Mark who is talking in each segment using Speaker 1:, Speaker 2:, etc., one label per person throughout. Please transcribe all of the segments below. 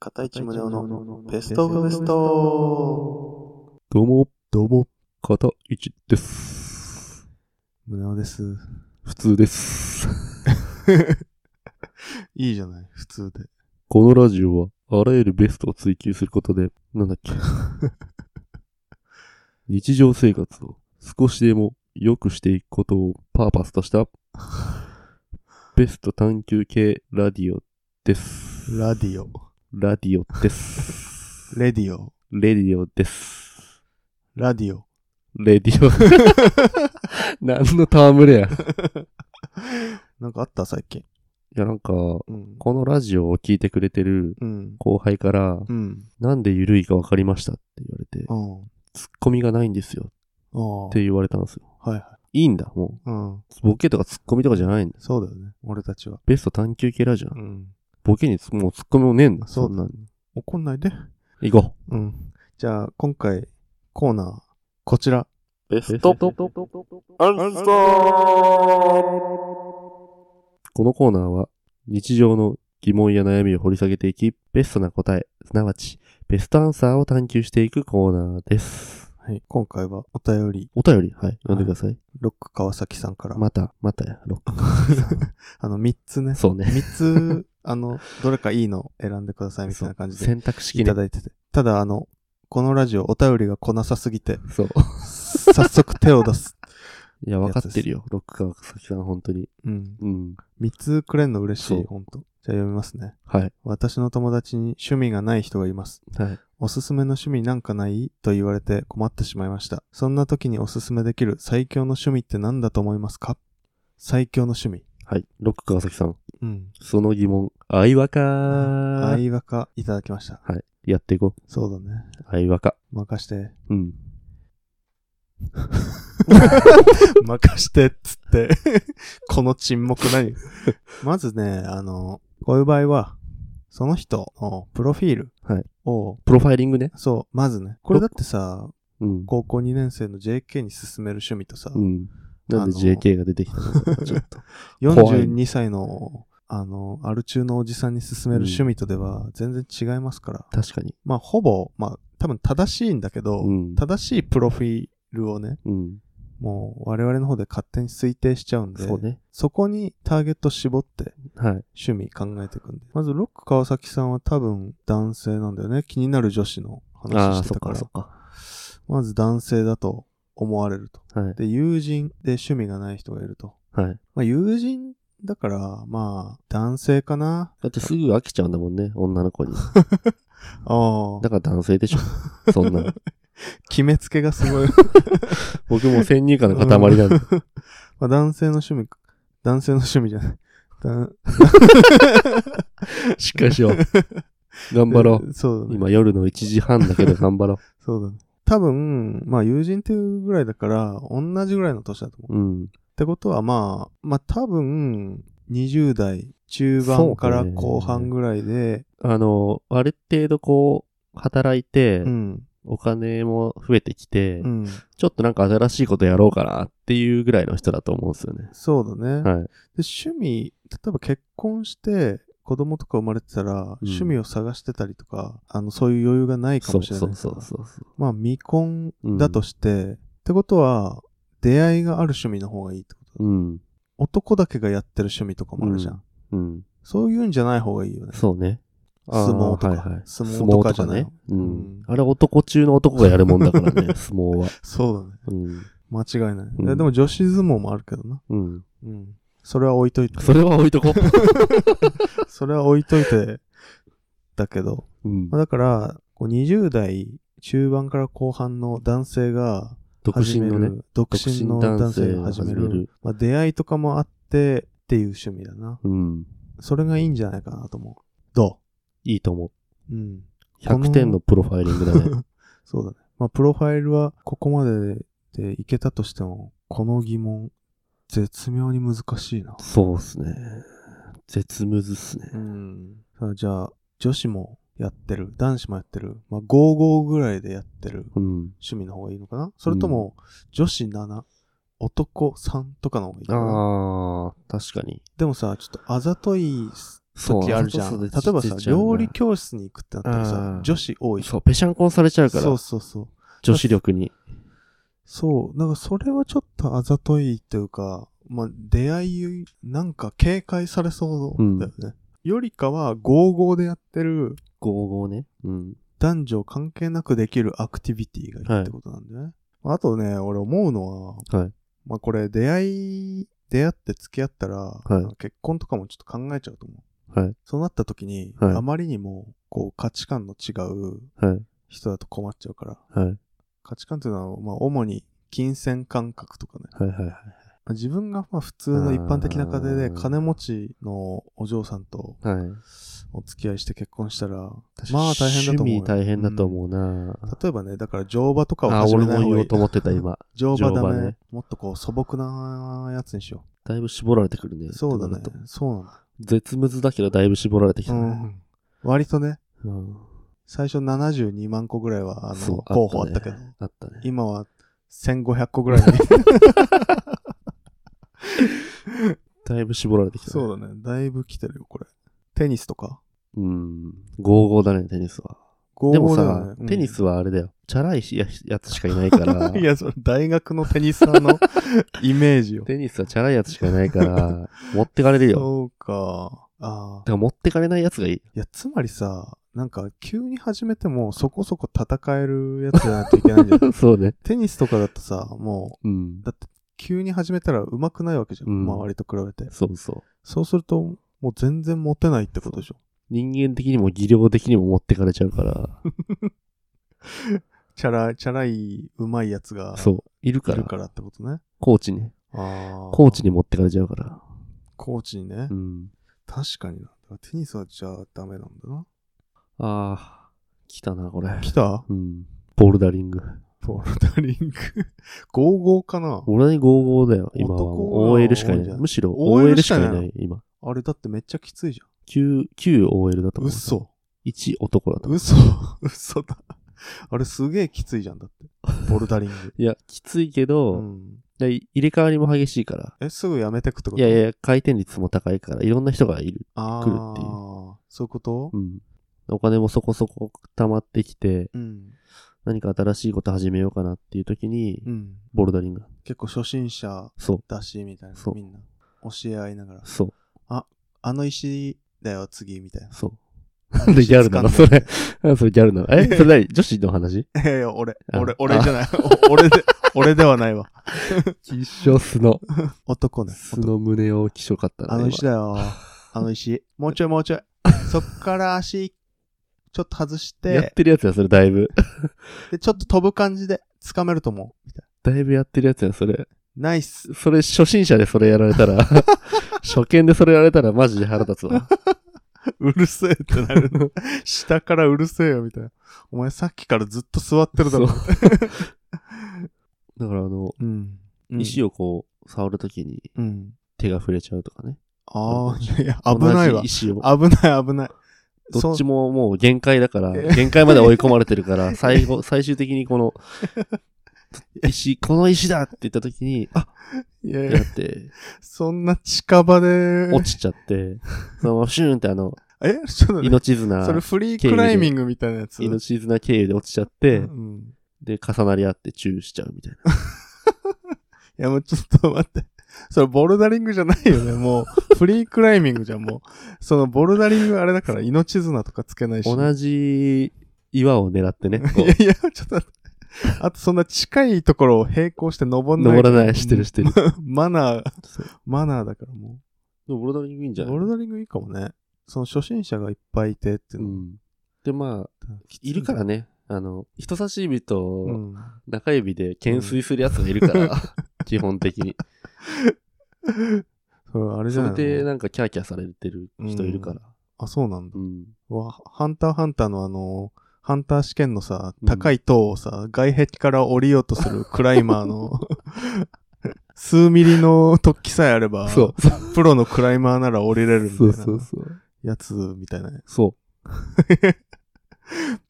Speaker 1: 片市宗男のベストオブベスト
Speaker 2: どうも、どうも、片一です。
Speaker 1: 胸男です。
Speaker 2: 普通です。
Speaker 1: いいじゃない、普通で。
Speaker 2: このラジオは、あらゆるベストを追求することで、な んだっけ。日常生活を少しでも良くしていくことをパーパスとした、ベスト探求系ラディオです。
Speaker 1: ラディオ。
Speaker 2: ラディオです。
Speaker 1: レディオ。
Speaker 2: レディオです。
Speaker 1: ラディオ。
Speaker 2: レディオ。 何の戯れや。い
Speaker 1: なんかあった最近。
Speaker 2: や、なんか、こ
Speaker 1: うん。
Speaker 2: のラジオを聞いてくれてる
Speaker 1: うん。
Speaker 2: 後輩から、
Speaker 1: うん。
Speaker 2: なんで緩いか分かりましたって言われて、
Speaker 1: うん。
Speaker 2: ツッコミがないんですよ
Speaker 1: ああ。
Speaker 2: って言われたんですよ。
Speaker 1: はいはい
Speaker 2: いんだ、も。
Speaker 1: うん。
Speaker 2: う。ボケとかツッコミとかじゃないんだ。
Speaker 1: そうだよね。俺たちは。
Speaker 2: ベスト探求系ラジオなの。
Speaker 1: ん。
Speaker 2: ボケにつもうツッコミもねえんだ。
Speaker 1: そうだ
Speaker 2: んなん。
Speaker 1: 怒んないで。
Speaker 2: 行こ
Speaker 1: うん。じゃあ、今回、コーナー、こちら。
Speaker 2: う。ベ
Speaker 1: ス
Speaker 2: ト
Speaker 1: アンスター
Speaker 2: このコーナーは、日常の疑問や悩みを掘り下げていき、ベストな答え、すなわち、ベストアンサーを探求していくコーナーです。
Speaker 1: はい。今回はお便り、
Speaker 2: お便り、はい、読んでください。
Speaker 1: ロック川崎さんから。
Speaker 2: また、またや、ロッ
Speaker 1: あの、3つね
Speaker 2: ク。。 そうね。
Speaker 1: 3つ、あの、どれかいいの選んでくださいみたいな感じ
Speaker 2: そう
Speaker 1: で
Speaker 2: 選択式
Speaker 1: い
Speaker 2: ね
Speaker 1: た。だいてて。ただ、あの、このラジオお便りが来なさすぎて、
Speaker 2: そう。
Speaker 1: 早速手を出す。
Speaker 2: いや、分かってるよ。ロック川崎さん、本当に。
Speaker 1: うん。
Speaker 2: うん。
Speaker 1: 3つくれんの嬉し
Speaker 2: そ
Speaker 1: い、
Speaker 2: う
Speaker 1: ほんと。じゃあ読みますね。
Speaker 2: はい。
Speaker 1: 私の友達に趣味がない人がいます。
Speaker 2: はい。
Speaker 1: おすすめの趣味なんかないと言われて困ってしまいました。そんな時におすすめできる最強の趣味って何だと思いますか最強の趣味。
Speaker 2: はい。ロック川崎さん、
Speaker 1: うん。
Speaker 2: その疑問、愛和か
Speaker 1: 相和歌いただきました。
Speaker 2: はい。やっていこう。
Speaker 1: そうだね。
Speaker 2: 愛和か。
Speaker 1: 任して。
Speaker 2: うん。
Speaker 1: 任してっつ って。この沈黙何まずね、あの、こういう場合は、その人のプロフィール
Speaker 2: はい
Speaker 1: を、
Speaker 2: プロファイリングね。
Speaker 1: そう、まずね。これだってさ、
Speaker 2: うん。
Speaker 1: 高校2年生の JK に進める趣味とさ、
Speaker 2: うん。なんで
Speaker 1: あの
Speaker 2: JK が出てきたのか、ちょっ と。怖い
Speaker 1: 42歳の、あの、アル中のおじさんに勧める趣味とでは全然違いますから。
Speaker 2: 確かに。
Speaker 1: まあ、ほぼ、まあ、多分正しいんだけど、
Speaker 2: うん。
Speaker 1: 正しいプロフィールをね、
Speaker 2: うん。
Speaker 1: もう我々の方で勝手に推定しちゃうんで、
Speaker 2: そうね。
Speaker 1: そこにターゲット絞って
Speaker 2: はい。
Speaker 1: 趣味考えていくんで。まず、ロック川崎さんは多分男性なんだよね。気になる女子の
Speaker 2: あ
Speaker 1: 話
Speaker 2: あ、
Speaker 1: して
Speaker 2: そった
Speaker 1: か
Speaker 2: か、
Speaker 1: ら
Speaker 2: そ。っか。
Speaker 1: まず男性だと思われると。
Speaker 2: はい。
Speaker 1: で、友人で趣味がない人がいると。
Speaker 2: はい。
Speaker 1: まあ、友人だから、まあ、男性かな。
Speaker 2: だってすぐ飽きちゃうんだもんね、女の 子に。
Speaker 1: ああ
Speaker 2: だ。から男性でしょ。そんな。
Speaker 1: 決めつけがす ごい。
Speaker 2: 僕もう先入観の塊なんで。
Speaker 1: まあ、男性の趣味、男性の趣味じゃない。だ
Speaker 2: しっかりしよう。 頑張ろう。。
Speaker 1: そうだね。
Speaker 2: 今夜の1時半だけど頑張ろ
Speaker 1: そうだね。多分、まあ友人っていうぐらいだから、同じぐらいの年だと思う。
Speaker 2: う。うん。
Speaker 1: ってことはまあ、まあ多分、20代中
Speaker 2: そう
Speaker 1: 盤
Speaker 2: ね
Speaker 1: から後半ぐらいで、
Speaker 2: あの、ある程度こう、働いて、
Speaker 1: うん、
Speaker 2: お金も増えてきて、
Speaker 1: うん、
Speaker 2: ちょっとなんか新しいことやろうかなっていうぐらいの人だと思うんですよね。
Speaker 1: そうだね。
Speaker 2: はい。
Speaker 1: で趣味、例えば結婚して子供とか生まれてたら、趣味を探してたりとか、あの、そういう余裕がないか
Speaker 2: そ
Speaker 1: も
Speaker 2: う
Speaker 1: しれない
Speaker 2: そうそ
Speaker 1: から
Speaker 2: うそうそう。
Speaker 1: まあ未婚
Speaker 2: うん
Speaker 1: だとして、ってことは、出会いがある趣味の方がいいってことだ、
Speaker 2: うん。
Speaker 1: 男だけがやってる趣味とかもあるじゃん。
Speaker 2: ううん。
Speaker 1: そういうんじゃない方がいいよね。
Speaker 2: そうね。あー
Speaker 1: 相撲とか
Speaker 2: はいはい、
Speaker 1: 相撲とかじゃない
Speaker 2: 相撲とかね。う
Speaker 1: うん
Speaker 2: ん。あれ男中の男がやるもんだから ね、相撲は。
Speaker 1: そうだね。
Speaker 2: うん。
Speaker 1: 間違いない。
Speaker 2: うん
Speaker 1: ででも女子相撲もあるけどな。
Speaker 2: うん。
Speaker 1: うん。それは置いといて。
Speaker 2: それは置いとこ
Speaker 1: それは置いといて。だけど。
Speaker 2: う。うん
Speaker 1: ま。あだから、こう20代中盤から後半の男性が
Speaker 2: 独
Speaker 1: 始め
Speaker 2: 身
Speaker 1: る、
Speaker 2: のね。
Speaker 1: 独身の男性が始める。
Speaker 2: 独身男性が始める
Speaker 1: まあ、出会いとかもあってっていう趣味だな。
Speaker 2: うん。
Speaker 1: それがいいんじゃないかなと思う。ど
Speaker 2: いいと思
Speaker 1: ううん。
Speaker 2: う。100点のプロファイリングだね。
Speaker 1: そうだね。まあ、プロファイルはここまででいけたとしても、この疑問、絶妙に難しいな。
Speaker 2: そうっすね。絶ムズっすね。
Speaker 1: うん。さあじゃあ、女子もやってる、男子もやってる、まあ、55ぐらいでやってる
Speaker 2: うん。
Speaker 1: 趣味の方がいいのかなそれとも、女子7、男3とかの方がいいかな
Speaker 2: ああ、確かに。
Speaker 1: でもさ、ちょっとあざとい時あるじゃ。
Speaker 2: そうなん
Speaker 1: 例
Speaker 2: んだ
Speaker 1: えばさ、
Speaker 2: ちっちゃいな
Speaker 1: 料理教室に行くってなったらさ
Speaker 2: う、ん
Speaker 1: 女子多いじゃん
Speaker 2: そう、ぺしゃんこんされちゃうか
Speaker 1: そう
Speaker 2: ら、
Speaker 1: そうそう。
Speaker 2: 女子力に。
Speaker 1: そう。なんかそれはちょっとあざといというか、まあ、出会い、なんか警戒されそうだよね。よりかは、合々でやってる、
Speaker 2: 合合ね。うん。
Speaker 1: 男女関係なくできるアクティビティがいいってことなんだよね。あとね、俺思うのは、
Speaker 2: はい。
Speaker 1: まあこれ出会い、出会って付き合ったら、
Speaker 2: い
Speaker 1: 結婚とかもちょっと考えちゃうと思う。
Speaker 2: はい。
Speaker 1: そうなった時に、
Speaker 2: はい
Speaker 1: あまりにも、こう価値観の違う
Speaker 2: はい。
Speaker 1: 人だと困っちゃうから、
Speaker 2: はい。
Speaker 1: 価値観っていうのは、まあ主に金銭感覚とかね。
Speaker 2: はい。はい。
Speaker 1: まあ自分がまあ普通の一般的な家庭
Speaker 2: あ
Speaker 1: で
Speaker 2: ー
Speaker 1: 金持ちのお嬢さんと
Speaker 2: はい。
Speaker 1: お付き合いして結婚したら、まあ大変だと思うよ。
Speaker 2: 趣味大変だと思うな、
Speaker 1: 例えばね、だから乗馬とかを
Speaker 2: あ、
Speaker 1: 始
Speaker 2: 俺
Speaker 1: めない
Speaker 2: も
Speaker 1: 方
Speaker 2: 言
Speaker 1: がいい
Speaker 2: お
Speaker 1: う
Speaker 2: と。思ってた、今。
Speaker 1: 乗馬
Speaker 2: 乗
Speaker 1: だ
Speaker 2: 馬
Speaker 1: ね
Speaker 2: ね。
Speaker 1: もっとこう素朴なやつにしよ
Speaker 2: だいぶ絞られてくるね。
Speaker 1: う。そうだね
Speaker 2: となると。
Speaker 1: そうなんだ。
Speaker 2: 絶滅だけど、だいぶ絞られてきた
Speaker 1: う
Speaker 2: ね。
Speaker 1: ん。割とね、
Speaker 2: うん。
Speaker 1: 最初72万個ぐらいは、あ
Speaker 2: そう
Speaker 1: の、候補あ
Speaker 2: あっ
Speaker 1: った
Speaker 2: た
Speaker 1: け
Speaker 2: ね
Speaker 1: ど、
Speaker 2: あったね。
Speaker 1: 今は1500個ぐらいに。
Speaker 2: だいぶ絞られてきた、ね。
Speaker 1: そうだね。だいぶ来てるよ、これ。テニスとか。
Speaker 2: うん。合合だね、テニスは。でもさ、テニ
Speaker 1: ス
Speaker 2: スはあれだよ。チャラいしややつしかいないから。
Speaker 1: いや、それ、大学のテニスー のイメージよ。
Speaker 2: テニスはチャラいやつしかいな いから、持ってかれるよ。だ
Speaker 1: そうか。ああ。
Speaker 2: から持ってかれないや つがいい。
Speaker 1: いや、つまりさ、なんか、急に始めても、そこそこ戦えるやつじゃないといけないんじゃない
Speaker 2: そうね。
Speaker 1: テニスとかだとさ、も
Speaker 2: うん
Speaker 1: う、。だって、急に始めたら上手くないわけじゃん。
Speaker 2: うん
Speaker 1: 周りと比べて。
Speaker 2: そうそう。
Speaker 1: そうすると、もう全然モテないってことでしょ。
Speaker 2: 人間的にも技量的にも持ってかれちゃうから。
Speaker 1: チャラ、チャラい、上手いやつが、
Speaker 2: そう。いる
Speaker 1: い
Speaker 2: から
Speaker 1: る。からってことね。
Speaker 2: コーチね。
Speaker 1: ああ。
Speaker 2: コーチ。に持ってかれちゃうから。
Speaker 1: コーチにね。
Speaker 2: うん。
Speaker 1: 確かにな。だからテニスはじゃあダメなんだな。
Speaker 2: あー、来たな、これ。
Speaker 1: 来た
Speaker 2: うん。ボルダリング。
Speaker 1: ボルダリング。55かな
Speaker 2: 俺に55だよ、今はもう。
Speaker 1: 男は
Speaker 2: OL しか
Speaker 1: 多
Speaker 2: い
Speaker 1: いんじゃ
Speaker 2: ない。
Speaker 1: ない
Speaker 2: むしろ
Speaker 1: OL
Speaker 2: OL
Speaker 1: し
Speaker 2: し
Speaker 1: か
Speaker 2: か
Speaker 1: い
Speaker 2: い
Speaker 1: ない
Speaker 2: ない、今。
Speaker 1: あれだってめっちゃきついじ
Speaker 2: 9、9 OL だ
Speaker 1: ゃ
Speaker 2: と
Speaker 1: ん。
Speaker 2: 思う。。
Speaker 1: 嘘。
Speaker 2: 1男だと思う。
Speaker 1: 嘘。 嘘だ。あれすげえきついじゃんだって。ボルダリン グ。
Speaker 2: いや、きついけ
Speaker 1: う
Speaker 2: ど、
Speaker 1: ん。
Speaker 2: いや入れ替わりも激しいから。
Speaker 1: え、すぐやめてくってこ
Speaker 2: い
Speaker 1: と
Speaker 2: やいやい
Speaker 1: や、
Speaker 2: や、回転率も高いから、いろんな人がいる。
Speaker 1: あー
Speaker 2: 来るっていう
Speaker 1: そういうこと
Speaker 2: うん。お金もそこそこ溜まってきて、
Speaker 1: うん。
Speaker 2: 何か新しいこと始めようかなっていう時に、
Speaker 1: うん。
Speaker 2: ボルダリング。
Speaker 1: 結構初心者
Speaker 2: そ
Speaker 1: だし、みたいな
Speaker 2: そ。う
Speaker 1: みんな。教え合いながら
Speaker 2: う、。そう、
Speaker 1: あの石だよ、次、みたいな。
Speaker 2: そう。 なんでギャルなのそれ。なんでそれギ ャルなのえそれ何女子の 話
Speaker 1: いやいや、俺、
Speaker 2: あ
Speaker 1: 俺、俺じゃない。 お俺で、俺ではないわ。
Speaker 2: 一生素の、
Speaker 1: 男ね。
Speaker 2: 素の胸をきしょかったな。
Speaker 1: あの石
Speaker 2: 今
Speaker 1: だよ。あの石。もうちょいもうちょい。そっから足、ちょっと外し、
Speaker 2: やっててるやつや、それだいぶ。
Speaker 1: で、ちょっと飛ぶ感じで掴めると思う。みたい
Speaker 2: だいぶやってるやつや、それ。
Speaker 1: な。ナイス。
Speaker 2: それ、初心者でそれやられた ら、初見でそれやられたらマジで腹立つわ。
Speaker 1: うるせえってなる。 下からうるせえよ、みたいな。お前さっきからずっと座ってるだろ。
Speaker 2: そう だから、あの、
Speaker 1: うん。
Speaker 2: 石
Speaker 1: を。
Speaker 2: をこう、触るときに
Speaker 1: うん。手
Speaker 2: 手が触れちゃうとかね。
Speaker 1: ああ、いやいや、危ない
Speaker 2: 同
Speaker 1: わ
Speaker 2: じ。石を。
Speaker 1: 危ない、危ない。
Speaker 2: どっち
Speaker 1: も。
Speaker 2: ももう限界だから、
Speaker 1: えー
Speaker 2: 限界まで追い込まれて るから、最後、最終的にこの、石、この石だって言った時に、あ
Speaker 1: いやい
Speaker 2: や
Speaker 1: や、
Speaker 2: って、
Speaker 1: そんな近場で。
Speaker 2: 落ちちゃって、そのままシューンってあの、
Speaker 1: えちょっとね。
Speaker 2: 命
Speaker 1: それ
Speaker 2: 綱、
Speaker 1: フリークライミングみたいなやつ。
Speaker 2: 命綱経由で落ちちゃって
Speaker 1: う、ん。
Speaker 2: で、重なり合ってチューしちゃうみたいな。
Speaker 1: いや、もうちょっと待って。それボルダリングじゃないよね。もう、フリークライミングじゃん、もう。そのボルダリングあれだから命綱とかつけないし。
Speaker 2: 同じ岩を狙ってね、こ
Speaker 1: いやいや、ちょっと待って。あとそんな近いところを並行して登
Speaker 2: うん
Speaker 1: ない。
Speaker 2: 登らない、してるしてる。
Speaker 1: マナー
Speaker 2: そう、
Speaker 1: マナーだからも
Speaker 2: ボルダリングいいんじ
Speaker 1: う。
Speaker 2: ゃな
Speaker 1: ボ
Speaker 2: い
Speaker 1: ルダリングいいかもね。その初心者がいっぱいいてっていううの。
Speaker 2: ん。で、まあ、いるからね、あの、人差し指
Speaker 1: う
Speaker 2: と
Speaker 1: ん。
Speaker 2: 中指で懸垂するやつがいる から、基本的に。
Speaker 1: それあれじ
Speaker 2: そ
Speaker 1: ゃな
Speaker 2: れ
Speaker 1: い
Speaker 2: で
Speaker 1: の
Speaker 2: なんかキャーキャーされてる人いるから。
Speaker 1: あ、そうなんだ。
Speaker 2: うん。
Speaker 1: うわ、ハンターハンターのあの、ハンター試験のさ
Speaker 2: う、ん
Speaker 1: 高い塔をさ、外壁から降りようとするクライマーの、 数ミリの突起さえあれば、
Speaker 2: そう。
Speaker 1: プロのクライマーなら降りれるみた
Speaker 2: そ
Speaker 1: いうな
Speaker 2: そうそう。
Speaker 1: やつみたいなね。
Speaker 2: そう。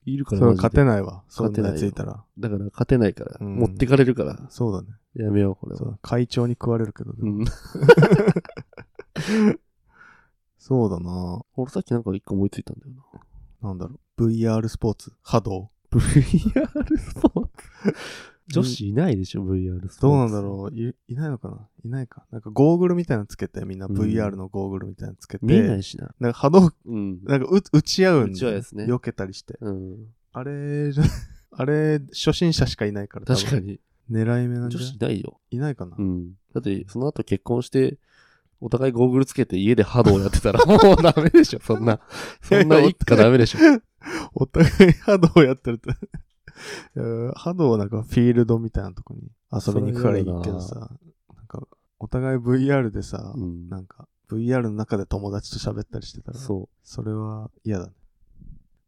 Speaker 2: いるか
Speaker 1: そ
Speaker 2: ら
Speaker 1: れは
Speaker 2: マジで
Speaker 1: 勝てないわ。そん
Speaker 2: 勝て
Speaker 1: な
Speaker 2: ない
Speaker 1: や
Speaker 2: よ
Speaker 1: ついたら。
Speaker 2: だから勝てないから、
Speaker 1: うん
Speaker 2: 持ってかれるから、
Speaker 1: そうだね。
Speaker 2: やめよう、これ
Speaker 1: そ
Speaker 2: は。
Speaker 1: う会長に食われるけどね、
Speaker 2: うん。
Speaker 1: そうだな
Speaker 2: 俺さっきなんか一個思いついたんだよな。
Speaker 1: なんだろう。VR スポーツ、波動。
Speaker 2: VR スポーツ女子いないでしょ、VR スポーツ。
Speaker 1: どうなんだろういいないのかないないか。なんかゴーグルみたいなのつけて、みんな
Speaker 2: うん
Speaker 1: VR のゴーグルみたいなのつけて、
Speaker 2: 見えないしな。
Speaker 1: なんか波動、
Speaker 2: うん。
Speaker 1: なんか打打ち合うん
Speaker 2: 打ち合うやつね
Speaker 1: 避けたりして。
Speaker 2: うん。
Speaker 1: あれじゃ、 あれ、初心者しかいないから、
Speaker 2: 確か
Speaker 1: に。
Speaker 2: に。
Speaker 1: 狙い目なんじ
Speaker 2: 女
Speaker 1: ゃな
Speaker 2: 子
Speaker 1: い
Speaker 2: いないよ。
Speaker 1: いないかな、
Speaker 2: うん。だって、その後結婚して、お互いゴーグルつけて家で波動やってたら もうダメでしょ、そ んな。そんな一家ダメでしょ。
Speaker 1: お互い波動やってると いや。波動はなんかフィールドみたいなとこに遊びに行くからいいけど
Speaker 2: そ
Speaker 1: さ、なんか、お互い VR でさ、
Speaker 2: うん。
Speaker 1: なんか、VR の中で友達と喋ったりしてたら、そ
Speaker 2: そう。
Speaker 1: れは嫌だね。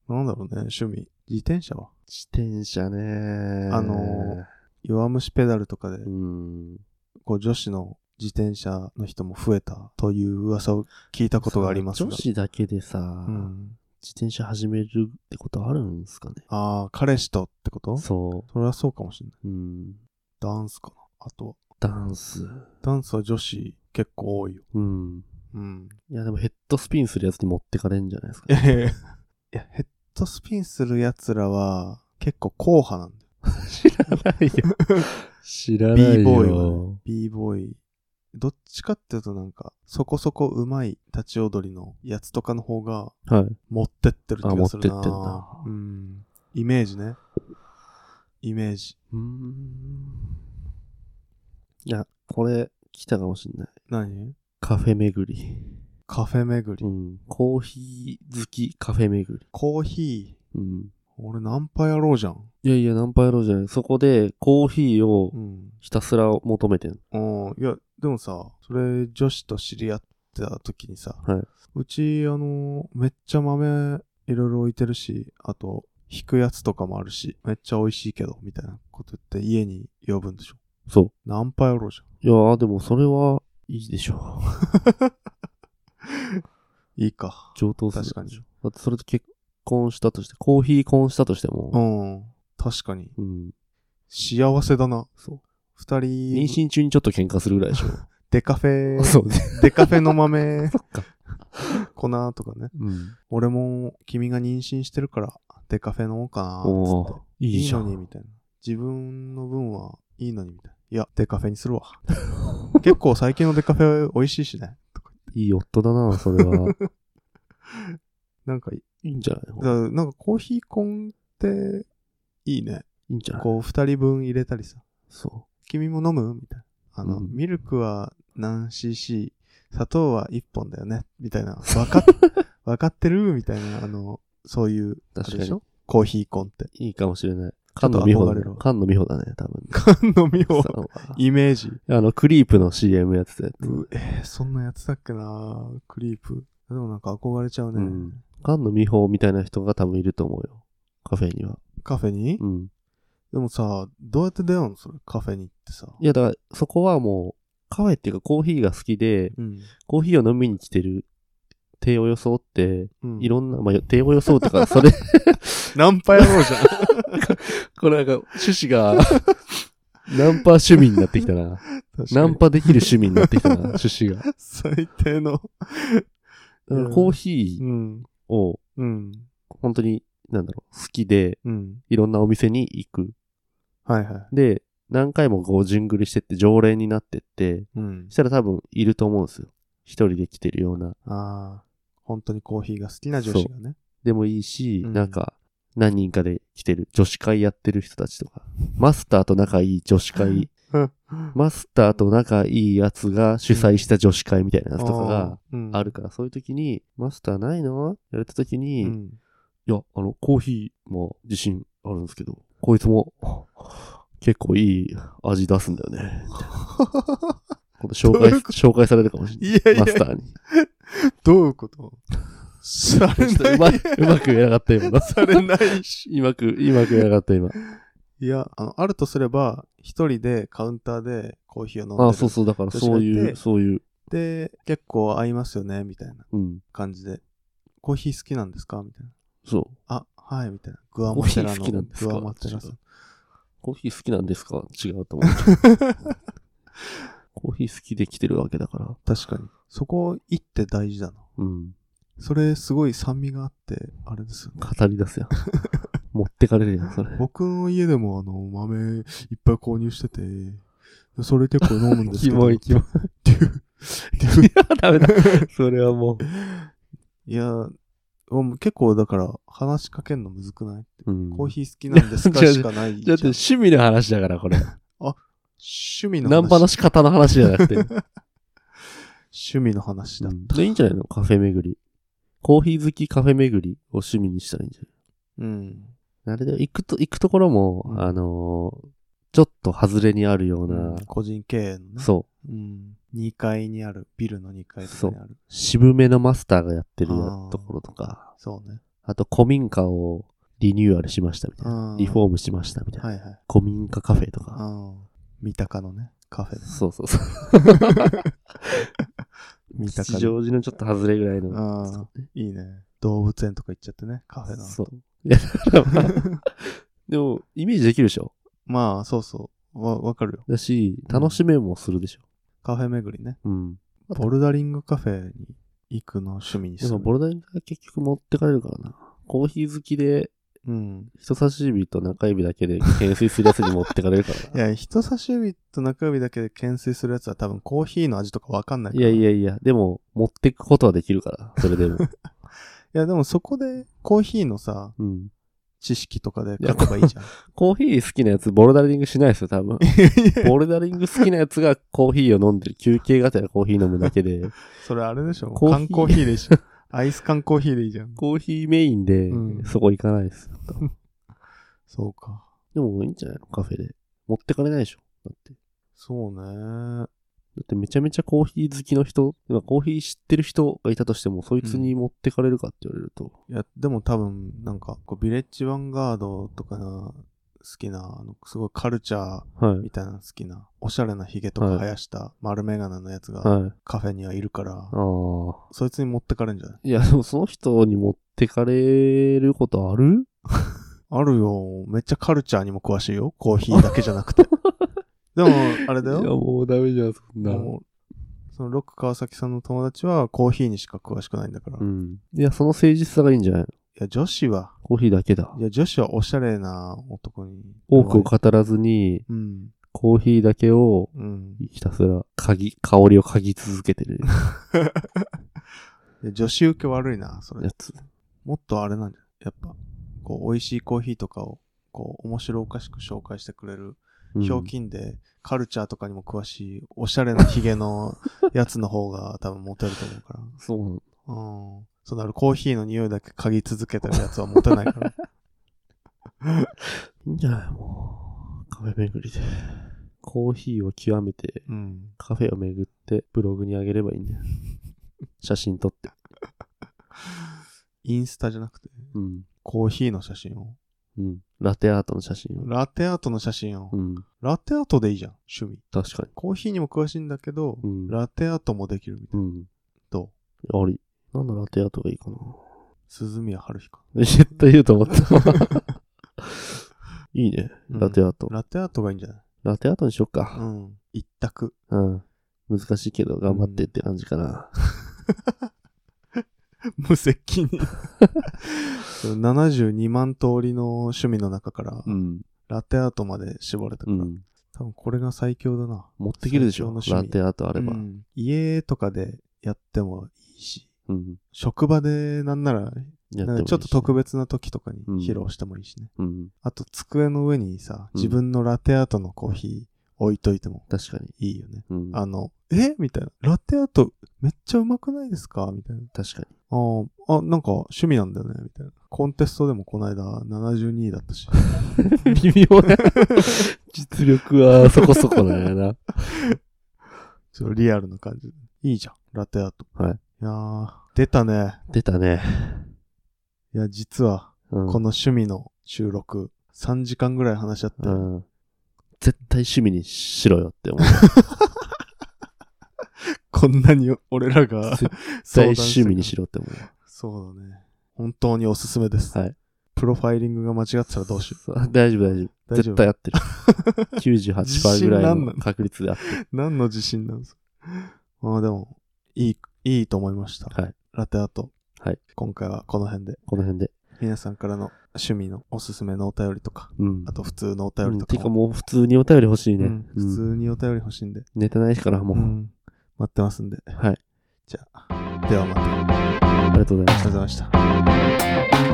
Speaker 1: なんだろうね、趣味。自転車は
Speaker 2: 自転車ね。
Speaker 1: あの弱虫ペダルとかで、
Speaker 2: うん。
Speaker 1: こう女子の自転車の人も増えたという噂を聞いたことがありますが。
Speaker 2: 女子だけでさ、
Speaker 1: うん。
Speaker 2: 自転車始めるってことあるんですかね。
Speaker 1: ああ、彼氏とってことそ
Speaker 2: そ
Speaker 1: れはそうかもしれない。
Speaker 2: う。うん。
Speaker 1: ダンスかな。あとは。
Speaker 2: ダンス。
Speaker 1: ダンスは女子結構多いよ。
Speaker 2: うん。
Speaker 1: うん。
Speaker 2: いや、でもヘッドスピンするやつに持ってかれんじゃないですか、
Speaker 1: いやいやいやいや、ヘッドスピンする奴らは結構硬派なんだよ。
Speaker 2: 知らないよ。知らないよ。
Speaker 1: B ボーイはね。B ボーイ。どっちかっていうとなんか、そこそこ上手い立ち踊りのやつとかの方が
Speaker 2: はい。
Speaker 1: 持ってってる気がするな。
Speaker 2: あ持ってってんだ
Speaker 1: うん。イメージね。イメージ。
Speaker 2: うーん。いや、これ、来たかもしんない。
Speaker 1: 何
Speaker 2: カフェ巡り。
Speaker 1: カフェ巡り。
Speaker 2: うん。コーヒー好きカフェ巡り。
Speaker 1: コーヒー。
Speaker 2: うん。
Speaker 1: 俺ナンパやろうじゃん。
Speaker 2: いやいや、ナンパやろうじゃない。そこで、コーヒーを
Speaker 1: うん。
Speaker 2: ひたすら求めてん。
Speaker 1: うん。いや、でもさ、それ女子と知り合った時にさ、
Speaker 2: はいう
Speaker 1: ち、あの、めっちゃ豆いろいろ置いてるし、あと、引くやつとかもあるし、めっちゃ美味しいけど、みたいなこと言って家に呼ぶんでしょ。
Speaker 2: そ
Speaker 1: ナンパやろうじゃん。
Speaker 2: う。いやー、でもそれは、いいでしょう。
Speaker 1: いいか。
Speaker 2: 上等する。
Speaker 1: 確かに。
Speaker 2: だってそれと結婚したとして、コーヒー婚したとして
Speaker 1: う
Speaker 2: も、
Speaker 1: ん。確かに。
Speaker 2: うん。
Speaker 1: 幸せだな。
Speaker 2: そう。
Speaker 1: 二
Speaker 2: 妊
Speaker 1: 人、
Speaker 2: 娠中にちょっと喧嘩するぐらいでしょ。
Speaker 1: デカフェ、
Speaker 2: そうね。
Speaker 1: デカフェの豆、
Speaker 2: そ っか。
Speaker 1: 粉とかね。
Speaker 2: うん。
Speaker 1: 俺も、君が妊娠してるから、デカフェ飲もうかな
Speaker 2: お
Speaker 1: つって
Speaker 2: ー。いい
Speaker 1: いい
Speaker 2: じゃ
Speaker 1: の
Speaker 2: ん。
Speaker 1: に、みたいな。自分の分はいいのに、みたいな。いや、デカフェにするわ。 結構最近のデカフェ美味しいしね。
Speaker 2: いい夫だな、そ れは。
Speaker 1: なんかいい、
Speaker 2: いいんじゃない
Speaker 1: だからなんかコーヒーコンって、いいね。
Speaker 2: いいんじゃない
Speaker 1: こう、二人分入れたりさ。
Speaker 2: そ
Speaker 1: 君も飲むみたいな。あの、
Speaker 2: うん
Speaker 1: ミルクは何 cc、砂糖は1本だよね。みたいな。わ かっ、わかってるみたいな、あの、そういう、あ
Speaker 2: 確か
Speaker 1: れ
Speaker 2: に
Speaker 1: でしょコーヒーコンって。
Speaker 2: う。いいかもしれない。
Speaker 1: ょっ
Speaker 2: 菅
Speaker 1: と
Speaker 2: 野美穂
Speaker 1: 憧
Speaker 2: だ
Speaker 1: れ
Speaker 2: ね
Speaker 1: るわ。
Speaker 2: 菅野美穂だね、多 分。
Speaker 1: 飲みを、
Speaker 2: さんは
Speaker 1: イメージ。
Speaker 2: あの、クリープの CM やってたやつ。
Speaker 1: うえーそんなやつだっけなクリープ。でもなんか憧れちゃうね。
Speaker 2: うん菅野美穂みたいな人が多分いると思うよ。カフェには。
Speaker 1: カフェに、
Speaker 2: うん。
Speaker 1: でもさ、どうやって出会うのそれ、カフェに行ってさ。
Speaker 2: いや、だから、そこはもう、カフェっていうかコーヒーが好きで、
Speaker 1: うん。
Speaker 2: コーヒーを飲みに来てる、手を装って、
Speaker 1: うん、
Speaker 2: いろんな、まあ、手を装ってから、そ れ、
Speaker 1: ナンパ野郎じ ゃん。
Speaker 2: これなんか、趣旨が、 ナンパ趣味になってきたな。ナン
Speaker 1: パ
Speaker 2: パできる趣味になってきたな、趣旨が。
Speaker 1: 最低の。
Speaker 2: だからコーヒー
Speaker 1: ん。
Speaker 2: を、
Speaker 1: うん。
Speaker 2: 本当に、なんだろう、好きで、
Speaker 1: うん。
Speaker 2: いろんなお店に行く。
Speaker 1: はいはい。
Speaker 2: で、何回もこう、順繰りしてって、常連になってって、
Speaker 1: うん
Speaker 2: そし。たら多分、いると思うんですよ。一人で来てるような、
Speaker 1: ああ、本当にコーヒーが好きな女子がね。
Speaker 2: でもいいし、
Speaker 1: うん
Speaker 2: なんか、何人かで来てる、女子会やってる人たちとか、マスターと仲いい女子会、マスターと仲いいやつが主催した女子会みたいなやつとかが
Speaker 1: が
Speaker 2: あるから、そういう時に、マスターないのやれた時に、
Speaker 1: うん。
Speaker 2: いや、あの、コーヒーも自信あるんですけど、こいつも、結構いい味出すんだよね。みたいな今度紹
Speaker 1: どう
Speaker 2: 介
Speaker 1: いうこ、
Speaker 2: 紹介されるかもしれ
Speaker 1: いや
Speaker 2: ないい。
Speaker 1: や
Speaker 2: マスターに。
Speaker 1: どういう ことされ
Speaker 2: ちょっとう
Speaker 1: な
Speaker 2: ま
Speaker 1: い。
Speaker 2: い、うまく言えなかった今の。
Speaker 1: されないし。
Speaker 2: うまく、うまく言えなかった今。
Speaker 1: いや、あの、あるとすれば、一人でカウンターでコーヒーを飲んでる。
Speaker 2: あ、そうそう、だからそうい
Speaker 1: 確
Speaker 2: う、そういう、
Speaker 1: で、結構合いますよね、みたいな
Speaker 2: うん、
Speaker 1: 感じで。コーヒー好きなんですかみたいな。
Speaker 2: そう。
Speaker 1: あ、はい、みたいな。グアマテラ
Speaker 2: コー
Speaker 1: の。
Speaker 2: ヒー好きなんですか
Speaker 1: グアマテラさん。
Speaker 2: コーヒー好きなんですか違うと思う。 コーヒー好きで来てるわけだから。
Speaker 1: 確かに。そこ行って大事だな。
Speaker 2: うん。
Speaker 1: それすごい酸味があって、あれですよね。
Speaker 2: 語り 出すよ。持ってかれるやん、それ。
Speaker 1: 僕の家でもあの、豆いっぱい購入してて、それ結構飲むんです けど。
Speaker 2: モい。
Speaker 1: デュデュ
Speaker 2: いや、ダメだ。それはも
Speaker 1: いや、もう結構だから話しかけるのむずくない、
Speaker 2: う。うん、
Speaker 1: コーヒー好きなんです か
Speaker 2: いや
Speaker 1: しかないじ
Speaker 2: だ
Speaker 1: ゃん。
Speaker 2: って趣味の話だから、これ。
Speaker 1: 趣味の
Speaker 2: ナンパの仕方の話じゃ なくて。う
Speaker 1: 趣味の話だ。
Speaker 2: んでいいんじゃないのカフェ巡り。コーヒー好きカフェ巡りを趣味にしたらいいんじゃ
Speaker 1: うん。
Speaker 2: ないあれだよ。行くと、行くところも、
Speaker 1: うん
Speaker 2: あのーちょっと外れにあるような、
Speaker 1: 個人経営のね。。
Speaker 2: そう
Speaker 1: ん。2階にある、ビルの2階とかにある。
Speaker 2: う、渋めのマスターがやってるよう
Speaker 1: あー
Speaker 2: なところとか、
Speaker 1: そうね。
Speaker 2: あと古民家をリニューアルしましたみたいな。
Speaker 1: うん
Speaker 2: リフォームしましたみたいな。
Speaker 1: はいはい。
Speaker 2: 古民家カフェとか。
Speaker 1: うん。三鷹のね、カフェで。
Speaker 2: そうそうそう。
Speaker 1: 三鷹
Speaker 2: 吉
Speaker 1: の
Speaker 2: 祥寺のちょっと外れぐらいの。
Speaker 1: ああ、いいね。動物園とか行っちゃってね、カフェの。
Speaker 2: そう。いや、だからまあ でも、イメージできるでしょ
Speaker 1: まあ、そうそう。わ、わかるよ。
Speaker 2: だし、楽しめもするでしょ。
Speaker 1: カフェ巡りね。
Speaker 2: うん。
Speaker 1: ボルダリングカフェに行くのを趣味に
Speaker 2: ですも、
Speaker 1: る。
Speaker 2: ボルダリングは結局持ってかれるからな。コーヒー好きで、
Speaker 1: うん。
Speaker 2: 人差し指と中指だけで懸垂するやつに持ってかれるから
Speaker 1: い
Speaker 2: な。
Speaker 1: や、人差し指と中指だけで懸垂するやつは多分コーヒーの味とかわかんないか
Speaker 2: い
Speaker 1: ら。
Speaker 2: やい
Speaker 1: い
Speaker 2: やいや、でも、持ってくことはできるから、それで も。
Speaker 1: や、でもそこでコーヒーのさ、
Speaker 2: うん。
Speaker 1: 知識とかで書けばいいじゃん。
Speaker 2: コーヒー好きなやつ、ボルダリングしないですよ、多 分。ボルダリング好きなやつがコーヒーを飲んでる。休憩がて らコーヒー飲むだけで、
Speaker 1: それあれでしょ
Speaker 2: コーヒー
Speaker 1: 缶コーヒーでいいじゃん。アイス缶コーヒーでいいじゃん。
Speaker 2: コーヒーメインで
Speaker 1: うん、
Speaker 2: そこ行かないです。
Speaker 1: そうか。
Speaker 2: でも、いいんじゃないのカフェで。持ってかれないでしょだって。
Speaker 1: そうね。
Speaker 2: だってめちゃめちゃコーヒー好きの人、まあコーヒー知ってる人がいたとしても、そいつに持ってかれるかって言われると、
Speaker 1: いや、でも多分、なんか、こう、ビレッジヴァンガードとかな、好きな、あの、すごいカルチャー
Speaker 2: はい。
Speaker 1: みたいなの好きな、おしゃれなヒゲとか
Speaker 2: はい
Speaker 1: 生やした丸メガネのやつが
Speaker 2: はい。
Speaker 1: カフェにはいるから、
Speaker 2: ああ。
Speaker 1: そいつに持ってかれんじゃない
Speaker 2: いや、でもその人に持ってかれることある
Speaker 1: あるよ。めっちゃカルチャーにも詳しいよ。コーヒーだけじゃな くて。でも、あれだ
Speaker 2: いや、
Speaker 1: よ。
Speaker 2: もうダメじゃん、そんな。
Speaker 1: もう、そのロック川崎さんの友達はコーヒーにしか詳しくないんだから。
Speaker 2: う
Speaker 1: い
Speaker 2: ん。いや、その誠実さがいいんじゃないの
Speaker 1: や、女子は、
Speaker 2: コーヒーだけだ
Speaker 1: い。や、女子はおしゃれな男に。
Speaker 2: 多くを語らずに、
Speaker 1: うん。
Speaker 2: コーヒーだけを
Speaker 1: うん。
Speaker 2: ひたすら嗅ぎ、香りを嗅ぎ続けてる
Speaker 1: いや女子受け悪いな、それ
Speaker 2: や。 つ。
Speaker 1: もっとあれなんじゃやっぱ、こう、美味しいコーヒーとかを、こう、面白おかしく紹介してくれる、
Speaker 2: うん
Speaker 1: ひょうきんで、カルチャーとかにも詳しい、おしゃれなヒゲのやつの方が多分モテると思うから。
Speaker 2: そうなの
Speaker 1: うん。そうなるコーヒーの匂いだけ嗅ぎ続けてるやつはモテない から。
Speaker 2: いいんじゃないもう。カフェ巡りで。コーヒーを極めて、
Speaker 1: うん。
Speaker 2: カフェを巡ってブログにあげればい いんだよ。写真撮って。
Speaker 1: インスタじゃなくて、
Speaker 2: うん。
Speaker 1: コーヒーの写真を。
Speaker 2: うん。ラテアートの写真を。
Speaker 1: ラテアートの写真を
Speaker 2: う。ん。
Speaker 1: ラテアートでいいじゃん、趣味。
Speaker 2: 確か
Speaker 1: コーヒーにも詳しいんだけど、
Speaker 2: に。うん。
Speaker 1: ラテアートもできるみたい。
Speaker 2: うん。
Speaker 1: ど
Speaker 2: あり。なんだラテアートがいいかな。
Speaker 1: う鈴宮春日か。
Speaker 2: 絶対言うと思った。 いいね。
Speaker 1: うん
Speaker 2: ラテアート。
Speaker 1: ラテアートがいいんじゃない
Speaker 2: ラテアートにしよっ
Speaker 1: う
Speaker 2: か。
Speaker 1: ん。一択。
Speaker 2: うん。難しいけど頑張ってって感じかな。
Speaker 1: 無責任。72万 通りの趣味の中から、
Speaker 2: うん。
Speaker 1: ラテアートまで絞れたか
Speaker 2: う
Speaker 1: ら、
Speaker 2: ん。
Speaker 1: 多分これが最強だな。
Speaker 2: 持ってきるでし
Speaker 1: 最強
Speaker 2: ょ。
Speaker 1: の趣
Speaker 2: ラ
Speaker 1: 味
Speaker 2: テアートあれば
Speaker 1: う。ん家とかでやってもいいし、
Speaker 2: うん。
Speaker 1: 職場でなんなら、
Speaker 2: や
Speaker 1: なん
Speaker 2: もい
Speaker 1: か
Speaker 2: いし
Speaker 1: ちょっと特。別な時とかに披露してもいいしね。
Speaker 2: うん。
Speaker 1: あと、机の上にさ、
Speaker 2: うん
Speaker 1: 自分のラテアートのコーヒー置いといても
Speaker 2: 確かに。
Speaker 1: いいよね。
Speaker 2: うん。
Speaker 1: あの、えみたいな。ラテアートめっちゃうまくないですかみたいな。
Speaker 2: 確かに。
Speaker 1: あーあ、なんか趣味なんだよね、みたいな。コンテストでもこの間72位だった し。
Speaker 2: 微妙 な。実力はそこそこだよな。
Speaker 1: ちょっとリアルな感じ。いいじゃん、ラテアート。
Speaker 2: はい
Speaker 1: いやー、出たね。
Speaker 2: 出たね。
Speaker 1: いや、実は、
Speaker 2: うん。
Speaker 1: この趣味の収録、3時間ぐらい話し合って、
Speaker 2: うん。絶対趣味にしろよって思う。
Speaker 1: こんなに俺らが
Speaker 2: 絶
Speaker 1: 相
Speaker 2: 対
Speaker 1: 談
Speaker 2: 趣味にし
Speaker 1: ろ。
Speaker 2: ろって思
Speaker 1: そうだね。本当におすすめです。
Speaker 2: う。はい。
Speaker 1: プロファイリングが間違ってたらどうしよ
Speaker 2: そう大丈夫大丈
Speaker 1: う。
Speaker 2: 夫。
Speaker 1: 大丈
Speaker 2: 絶
Speaker 1: 夫
Speaker 2: 対。合ってる。98%ぐらいの確率 で合ってる。
Speaker 1: 何の自信なんですか。あーでも、いい、いいと思いました。
Speaker 2: はい。
Speaker 1: ラテアート。
Speaker 2: はい。
Speaker 1: 今回はこの辺で、
Speaker 2: この辺で。
Speaker 1: 皆さんからの趣味のおすすめのお便りとか、
Speaker 2: うん。
Speaker 1: あと普通のお
Speaker 2: う
Speaker 1: 便り
Speaker 2: ん、
Speaker 1: と
Speaker 2: て
Speaker 1: か
Speaker 2: か
Speaker 1: も。
Speaker 2: もう普通にお便り欲しいね。
Speaker 1: うん普
Speaker 2: うん
Speaker 1: 通にお便り欲しいんで。
Speaker 2: ネタないしからもう、
Speaker 1: うん待ってますんで。
Speaker 2: はい。
Speaker 1: じゃあ、ではまた。あり
Speaker 2: ありがとうございます。
Speaker 1: がとうございました。